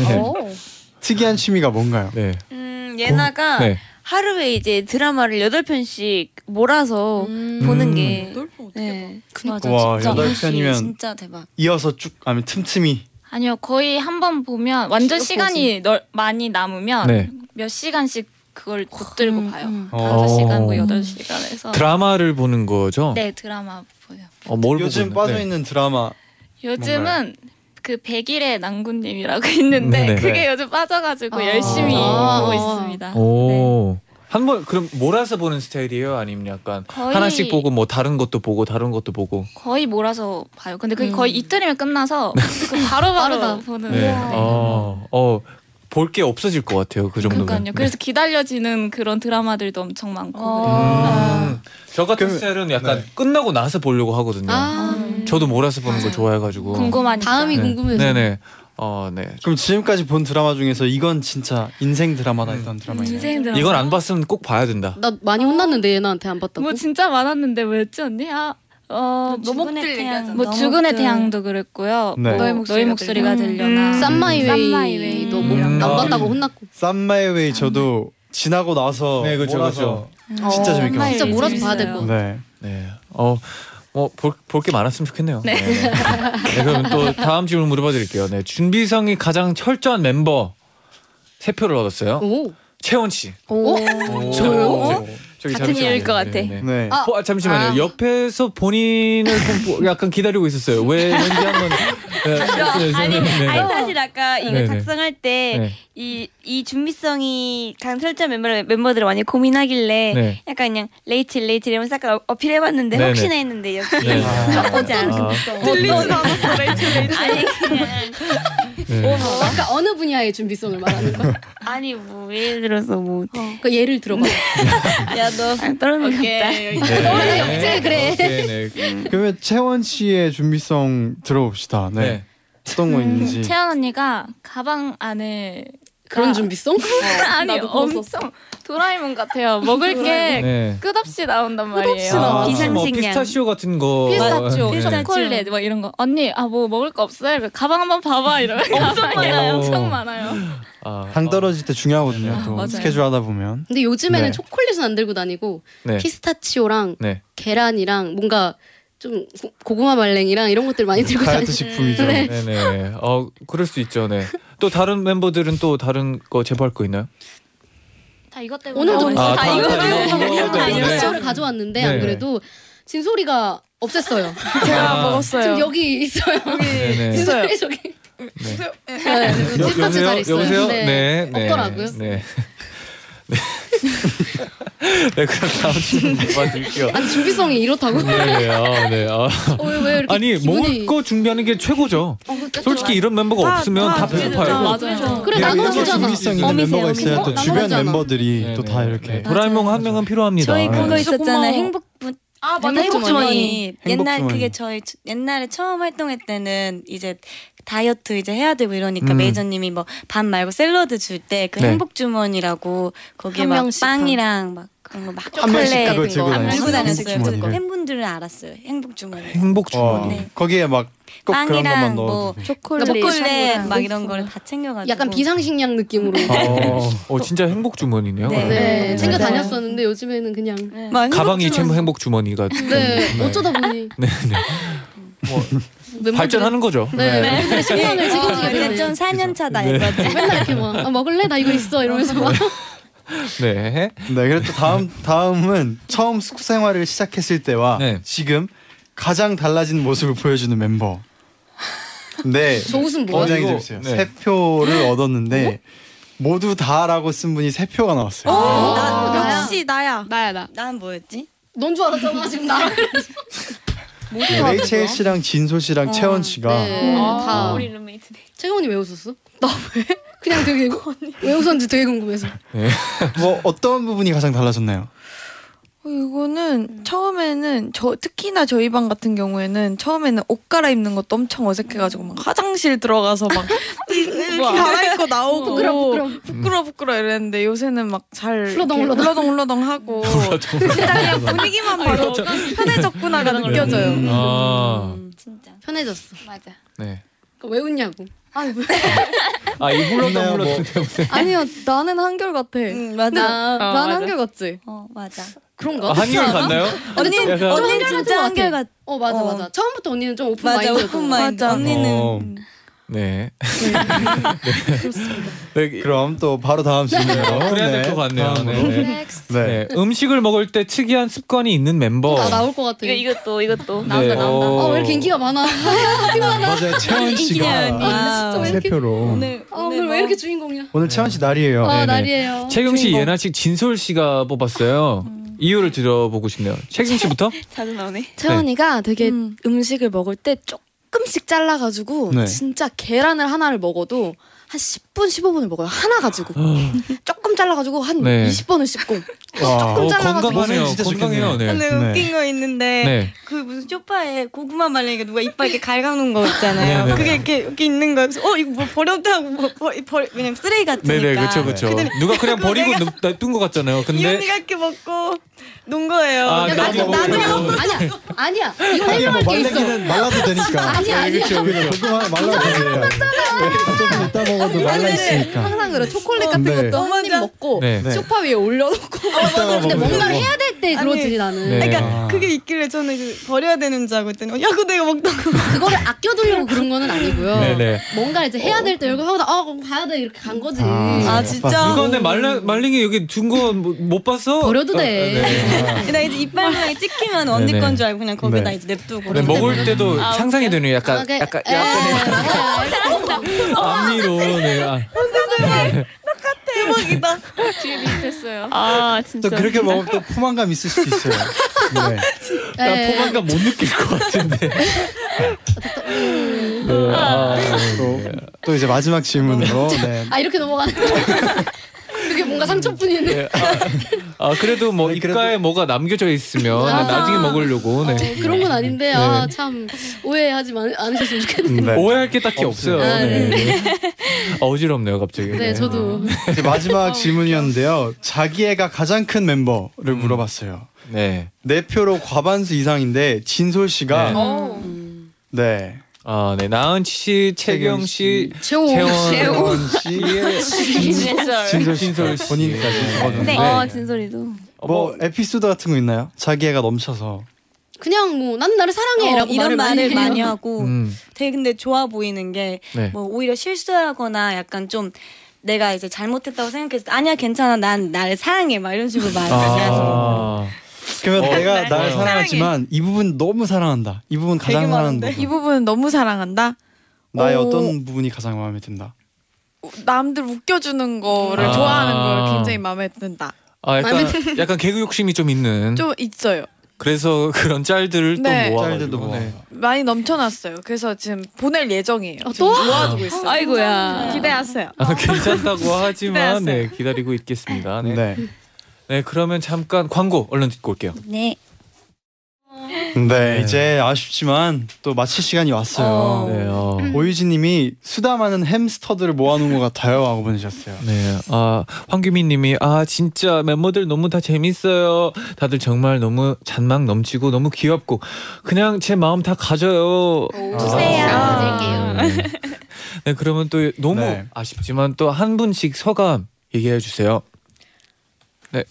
특이한 취미가 뭔가요?
네.
음, 예나가
네.
하루에 이제 드라마를 8편씩 몰아서 보는
음.
게 네.
맞아
와,
진짜.
여덟 편이면-
진짜 대박.
이어서 쭉 아니 틈틈이
아니요. 거의 한 번 보면 완전 시간이 널, 많이 남으면
네.
몇 시간씩 그걸 붙들고 봐요.
어.
다섯 시간 뭐 여덟 시간에서
드라마를 보는 거죠?
네,
네 드라마 보요.
어, 뭘 보고
요즘
있는-
빠져
네.
있는 드라마
요즘은
그 백일의 낭군님이라고 (laughs) 있는데
네네네.
그게 요즘 빠져가지고
아.
열심히
아.
보고
어.
네.
있습니다.
오. 한 번 그럼 몰아서 보는 스타일이에요? 아니면 약간
거의-
하나씩 보고 뭐 다른 것도 보고 다른 것도 보고.
거의 몰아서 봐요. 근데 그게
음.
거의 이틀이면 끝나서 그 (laughs) 바로바로
빠르다.
보는.
네. 어. 어. 볼 게 없어질 것 같아요. 그 정도면.
그러니까요. 그래서 기다려지는 그런 드라마들도 엄청 많고.
네.
어.
음. 저 같은
그럼-
스타일은 약간 끝나고 나서 보려고 하거든요.
아,
음.
저도 몰아서 보는 걸
맞아요.
좋아해가지고.
궁금하니까.
다음이 궁금해서.
네. 네네. 어, 네.
그럼 지금까지 본 드라마 중에서 이건 진짜 인생 드라마다 했던 드라마예요.
인생 드라마.
음. 이건 안 봤으면 꼭 봐야 된다.
나 많이 혼났는데 얘나한테 안 봤다고.
뭐 진짜 많았는데 뭐였지 언니? 아, 어,
뭐
뭐,
죽은의 태양.
뭐
너목들.
죽은의 태양도 그랬고요.
네.
너의
뭐 너의
목소리가
목소리가 들려나.
음.
쌈마이웨이도
음.
뭐안
음.
봤다고 혼났고.
썸마이웨이 저도 지나고 나서
네, 그쵸,
몰아서
어,
진짜 재밌게 봤어요.
진짜 몰아서 봐야 될
재밌어요.
것 같아.
네.
네. 어. 뭐볼볼 게 많았으면 좋겠네요. 네. 네. 네, 그럼 또
(laughs)
다음 질문 물어봐 드릴게요. 네. 준비성이 가장 철저한 멤버 세 표를 얻었어요.
오.
채원 씨.
오.
어?
저요? 저기
같은
잠시만요.
일일 것 같아.
네, 네.
네.
아,
어, 잠시만요.
아.
옆에서 본인을 좀 보- 약간 기다리고 있었어요. 왜 왠지 한번 네, 말씀해
아니,
주세요. 네, 네.
아니 사실 아까 이거
네네.
작성할 때
네.
이 이 준비성이 강철자 멤버 멤버들을 많이 고민하길래
네.
약간 그냥 레이틀 레이틀 이러면서 약간 어- 어필해봤는데
네네.
혹시나 했는데 역시
네.
나쁘지 않아.
그-
들리진
네.
않았어 레이첼 레이첼.
아니 그냥
네.
아까 어, 그러니까 어느 분야의 준비성을 말하는 거야?
(laughs) 아니 뭐 예를 들어서
그 예를 들어봐.
뭐야너 떨어는 게 없다.
네.
영재, 그래.
오케이, 네.
그러면 채원 씨의 준비성 들어봅시다. 네.
네.
어떤 거 있는지.
음, 채연 언니가 가방 안에
그런
아,
준비성?
(laughs) 아니
나도 그거
엄청 도라에몽 같아요. 먹을 게
네.
끝없이 나온단 말이에요.
나와.
혹시 뭐
비상식량.
피스타치오 같은 거.
피스타치오,
네.
초콜릿 막 이런 거. 언니 아 뭐 먹을 거 없어요? 이러면 가방 한번
아, (laughs)
봐봐 이러면 엄청
많아요.
엄청 많아요.
아,
당
어,
떨어질 때 중요하거든요.
아,
또
맞아요.
스케줄 하다 보면.
근데 요즘에는
네.
초콜릿은 안 들고 다니고
네.
피스타치오랑
네.
계란이랑 뭔가 좀 고- 고구마 말랭이랑 이런 것들 많이 들고 다니.
다이어트 식품이죠.
네.
네, 네. 어, 그럴 수 있죠. 네. 또 다른 멤버들은 또 다른 거 제보할 거 있나요?
다 이것 때문에
오늘 좀
아,
다
다-
이거
다 이거
이거
때문에.
피스타치오를 가져왔는데
네.
안 그래도 진소리가 없앴어요.
제가
아.
먹었어요.
지금 여기 있어요.
네, 네.
진소리 저기. 네.
여-
피스타치오 잘 있어요.
여보세요?
네.
네. 네.
없더라고요.
네. 네. (laughs) 네, 그럼 다음 질문 받을게요.
아니 준비성이 이렇다고?
네, 아, 네. 아.
어, 왜, 왜 이렇게 어,
아니, 먹을
기분이
거 준비하는 게 최고죠. 솔직히 이런 멤버가
다-
없으면 다
다
배고파요.
맞아요.
그래
네,
나도
이렇게
나쁘잖아.
준비성 있는 멤버가 있어야 또
어,
주변
나쁘잖아.
멤버들이
네,
또 다
네,
이렇게.
네. 도라에몽 한 명은 필요합니다.
저희 그거
네.
있었잖아요. 행복 분
아
맞아, 행복주머니. 옛날
행복주머니.
그게 저희 주- 옛날에 처음 활동할 때는 이제 다이어트 이제 해야 되고 이러니까
음.
메이저님이 뭐 밥 말고 샐러드 줄 때 그
네.
행복주머니라고 거기에
한
막
명씩
빵이랑 막 그런 거막
한 명씩 그걸 들고
한
다니는
들고
행복
다녔어요. 그
주머니를.
팬분들은 알았어요. 행복주머니.
행복
와,
주머니.
뭐. 거기에 막 꼭 그런 것만
빵이랑 뭐
넣어.
초콜릿, 초콜릿 막 이런 거를 다 챙겨가지고
약간 비상식량 느낌으로
어, 어, 진짜 행복 주머니네요.
네.
네, 챙겨
네.
다녔었는데 요즘에는 그냥
네.
가방이 제 아, 행복 주머니가.
네, 어쩌다 보니
네, 네.
멤버들이-
발전하는 거죠.
네, 멤버들의 식량을 책임지게 되네.
완전 4년 어, 차다 이거지.
맨날 이렇게 막 아, 먹을래? 나 이거 있어 이러면서 막
네.
네, 그래서 다음 다음은 처음 숙 생활을 시작했을 때와
네.
지금 가장 달라진 모습을 보여주는 멤버. 네.
조웃은 뭐야?
굉장히
이거?
재밌어요.
네.
세 표를 얻었는데 모두 다라고 쓴 분이 세 표가 나왔어요.
나야.
역시 나야.
나야 나.
난 뭐였지?
넌 줄 알았잖아 지금 나.
어, 뭐
네, 레이첼 씨랑 진소 씨랑 채원 씨가 음. 아.
네, 다.
우리 룸메이트.
채원이 왜 웃었어? 나 왜? 그냥 되게 왜 웃었는지 (laughs) 되게 궁금해서.
네.
뭐 어떤 부분이 가장 달라졌나요?
어, 이거는 처음에는 저 특히나 저희 반 같은 경우에는 처음에는 옷 갈아입는 것도 엄청 어색해가지고 막 화장실 들어가서 막
음,
이렇게 갈아입고 나오고 부끄러 부끄러 부끄러 이랬는데 요새는 막 잘
훌러덩, 훌러덩.
훌러덩 훌러덩 하고 진짜 그냥 분위기만 봐도 편해졌구나가 느껴져요.
네. 아,
진짜.
편해졌어.
맞아.
네.
그러니까 왜 웃냐고.
아, 이
있나요?
훌러덩
뭐
훌러덩.
아니요 나는 한결 같아.
응
근데
맞아.
어,
난
맞아.
한결 같지.
어 맞아.
그런가?
아, 한결 같나요?
언니
좀-
그러니까
약간-
언니
좀 한결같은 것
진짜
같아.
한결 같.
어 맞아
어.
맞아. 처음부터 언니는 좀 오픈
맞아
마인드.
오픈 마인드.
맞아.
언니는
어.
음.
(laughs) 네.
그럼 또 바로 다음 질문으로.
네. 어, 그래야 될 것 같네요.
다음으로.
네.
네.
네. 음식을 먹을 때 특이한 습관이 있는 멤버.
아 나올 것 같아.
이거, 이것도 이것도
네.
나온다 나온다.
어.
아 왜 이렇게 인기가 많아?
맞아요. 채원 씨가
아, 왜
세
이렇게?
표로.
오늘
아 오늘 왜 이렇게 주인공이야?
오늘 채원 씨 날이에요.
아
네네.
날이에요.
채경 씨,
주인공.
예나 씨, 진솔 씨가 뽑았어요. 이유를 들어보고 싶네요. 채경 씨부터?
(laughs)
자주 나오네.
채원이가 되게
음.
음식을 먹을 때 조금씩 잘라가지고
네.
진짜 계란을 하나를 먹어도 한 10분 15분을 먹어요 하나 가지고 조금 잘라가지고 한
네.
20번을 씹고
아. 와.
조금
어,
잘라가지고
건강하네요.
진짜
건강해요. 네.
근데
네.
웃긴 거 있는데
네.
그 무슨 쇼파에 고구마 말리니까 누가 이빨 이렇게 갈가놓은 거 있잖아요.
네, 네.
그게 이렇게 이렇게 있는 거야. 그래서 어 이거 뭐 버렸다고 뭐, 버, 버, 왜냐면 쓰레기 같으니까.
네네, 그쵸, 그쵸.
근데
누가 그냥
그거
버리고
내가-
놔- 놔둔 것 같잖아요.
이
근데.
언니가 이렇게 먹고 논 거예요.
아,
근데
나도 먹고.
아니야 아니야 이거 해명할 게 있어
뭐 말라기는 말라도 되니까.
아니야 아니야
그냥 고구마 말라도 되니까. 네, 조금 이따 먹어도 말라 있으니까.
항상 그래 초콜릿 같은
네.
것도 한 입
어, 맞아.
먹고
네.
네.
소파 위에 올려놓고
이따가
근데
먹으려고.
뭔가를 해야 될 때
아니,
그러지 나는
네.
그러니까
아.
그게 있길래 저는 그 버려야 되는 줄 알고 했더니 야 그거 내가 먹던 거.
그거를 아껴두려고 그런 거는 아니고요
네네.
뭔가 이제 해야 될 때 이렇게 하고 나어 그럼 봐야 돼 이렇게 간 거지
음.
아,
진짜.
누가 근데 말라, 말린 게 여기 둔 거 못 봐서.
버려도
어, 네.
돼.
나 이제 이빨 모양이 찍히면 언니
네네.
건 줄 알고 그냥 거기다
네.
이제 냅두고.
네, 먹을 때도 상상이 되는 약간
아, 그-
약간
에,
약간의
에,
아.
앞니로 네. 아,
대박이다.
뒤에 비슷했어요. 아 진짜.
또 그렇게 먹으면 또 포만감 있을 수도 있어요. 네.
나
에.
포만감 못 느낄
(laughs)
것 같은데. 네, 아,
또, 또 이제 마지막 질문으로. 네.
아 이렇게 넘어가는 거 (laughs) 그게 뭔가 상처뿐이네
네, 아, 아, 그래도 뭐
네, 그래도-
입가에 뭐가 남겨져 있으면
아.
나중에 먹으려고. 네.
어, 그런 건 아닌데 아 참 오해하지 마, 않으셨으면 좋겠네요
네.
음, 오해할 게 딱히 없어요.
없어요. 아,
네. 아, 어지럽네요, 갑자기.
네 아, 저도
이제 마지막 질문이었는데요. 자기애가 가장 큰 멤버를 물어봤어요.
음. 네.
네 표로 과반수 이상인데 진솔 씨가
어.
네,
아, 네. 나은 씨,
채경
채경 씨,
최호
채원
씨,
진솔.
진솔
진솔
씨
씨.
본인까지
네.
적었는데
네.
어 진솔이도.
뭐 에피소드 같은 거 있나요? 자기애가 넘쳐서
그냥 뭐 나는 나를 사랑해라고
어, 이런 말을 많이
해요.
(laughs)
하고
음.
되게 근데 좋아 보이는 게 뭐
네.
오히려 실수하거나 약간 좀 내가 이제 잘못했다고 생각했을 때 아니야 괜찮아 난 나를 사랑해 막 이런 식으로
아.
말해요.
아.
그러면
어,
내가
네.
날
네.
사랑하지만 이 부분 너무 사랑한다. 이 부분 가장
되게
사랑한다.
많은데?
이 부분은 너무 사랑한다.
나의
어.
어떤 부분이 가장 마음에 든다.
남들 웃겨주는 거를
아.
좋아하는 걸 굉장히 마음에 든다.
아, (laughs) 약간 약간 개그 욕심이 좀 있는.
좀 있어요.
그래서 (laughs) 그런 짤들을
네.
또 모아.
짤들도 모아.
많이 넘쳐놨어요. 그래서 지금 보낼 예정이에요.
아, 또?
어, 모아두고 있어요.
아이고야.
기대하세요.
아, 괜찮다고
기대하세요.
하지만 네, 기다리고 있겠습니다. 네. 네.
네,
그러면 잠깐 광고 얼른 듣고 올게요.
네.
네, 이제 아쉽지만 또 마칠 시간이 왔어요.
어.
네. 어.
오유진님이 수다 많은 햄스터들을 모아놓은 것 같아요 하고 보내셨어요.
네. 아, 황규민 님이 아, 진짜 멤버들 너무 다 재밌어요. 다들 정말 너무 잔망 넘치고 너무 귀엽고 그냥 제 마음 다 가져요.
주세요.
아, 네. 네, 그러면 또 너무
네.
아쉽지만 또 한 분씩 서감 얘기해 주세요. 네.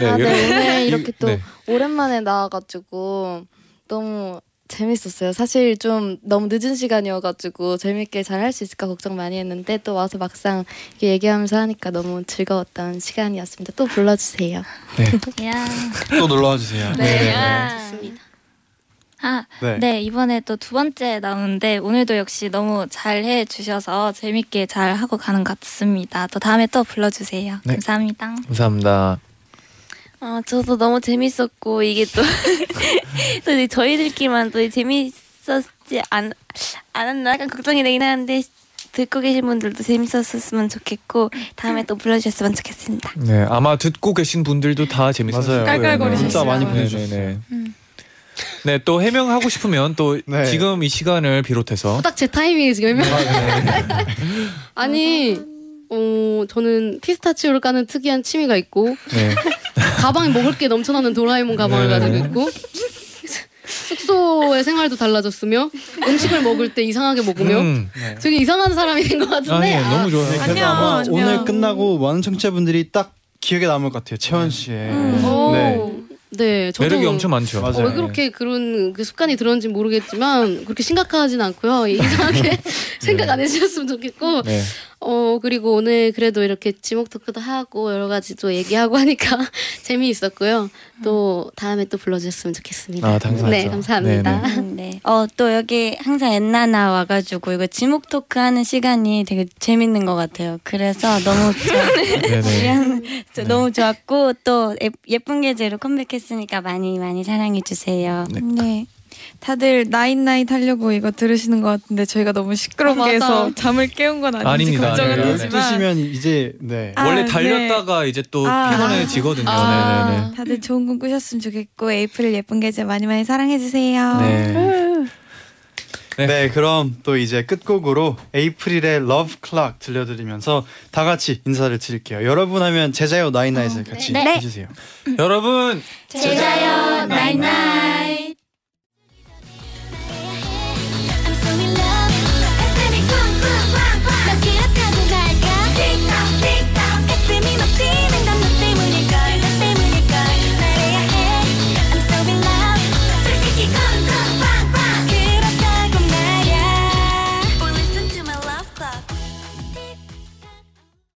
아, 네,
이렇게-
오늘 이렇게 또
네.
오랜만에 나와가지고 너무 재밌었어요. 사실 좀 너무 늦은 시간이어가지고 재밌게 잘 할 수 있을까 걱정 많이 했는데 또 와서 막상 이렇게 얘기하면서 하니까 너무 즐거웠던 시간이었습니다. 또 불러주세요.
네.
야,
또 놀러와 주세요.
네, 아,
네.
네 이번에 또 두 번째 나오는데 오늘도 역시 너무 잘 해주셔서 재밌게 잘 하고 가는 것 같습니다. 또 다음에 또 불러주세요.
네.
감사합니다.
감사합니다.
아, 저도 너무 재밌었고 이게 또, (laughs) 또 이제 저희들끼리만 또 재밌었지 않, 않았나 약간 걱정이 되긴 하는데 듣고 계신 분들도 재밌었으면 좋겠고 다음에 또 불러주셨으면 좋겠습니다.
네, 아마 듣고 계신 분들도 다 재밌었어요.
맞아요.
깔깔거리셨어요.
진짜 많이
네,
보내주셨어요.
네, 또 해명하고 싶으면 또
네.
지금 이 시간을 비롯해서
딱 제 타이밍이 지금 해명.
아, 네.
(laughs) 아니, 어, 저는 피스타치오를 까는 특이한 취미가 있고
네.
(laughs) 가방에 먹을 게 넘쳐나는 도라에몽 가방을
네.
가지고 있고 숙소의 생활도 달라졌으며 음식을 먹을 때 이상하게 먹으며
음.
되게 이상한 사람이 된 것 같은데
아니,
아,
너무 좋아요.
그래도
안녕,
아마
안녕. 네. 음.
오늘 끝나고 많은 청취자분들이 딱 기억에 남을 것 같아요. 채원 씨의.
음. 오.
예. 네.
네, 저도
매력이 엄청 많죠. 맞아요.
왜 그렇게 그런 그 습관이 들었는지 모르겠지만 그렇게 심각하진 않고요. 이상하게 생각 안 해주셨으면 좋겠고,
네.
어 그리고 오늘 그래도 이렇게 지목 토크도 하고 여러 가지 또 얘기하고 하니까 (laughs) 재미있었고요. 또 다음에 또 불러주셨으면 좋겠습니다.
아, 당연하죠.
네, 감사합니다.
네네. 네. 어, 또 여기 항상 엔나나 와가지고 이거 지목 토크 하는 시간이 되게 재밌는 것 같아요. 그래서 너무 (laughs)
네네.
좋- 미안, 저 너무 좋았고 또 예- 예쁜 계제로 컴백했으니까 많이 많이 사랑해 주세요.
네. 다들 나잇나잇 하려고 이거 들으시는 것 같은데 저희가 너무 시끄럽게
어, 맞아.
해서 잠을 깨운 건 아닌지
아닙니다.
걱정은
네, 네, 네.
되지만
이제 네.
아,
원래
네.
달렸다가 이제 또
아.
피곤해지거든요. 네,
아, 다들 좋은 꿈 꾸셨으면 좋겠고 에이프릴 예쁜 계절 많이 많이 사랑해 주세요.
네. 네. 그럼 또 이제 끝곡으로 에이프릴의 Love Clock 들려드리면서 다 같이 인사를
어.
드릴게요. 여러분 하면 제자요 나인나잇을 같이
네.
해주세요.
여러분
제자요, 나이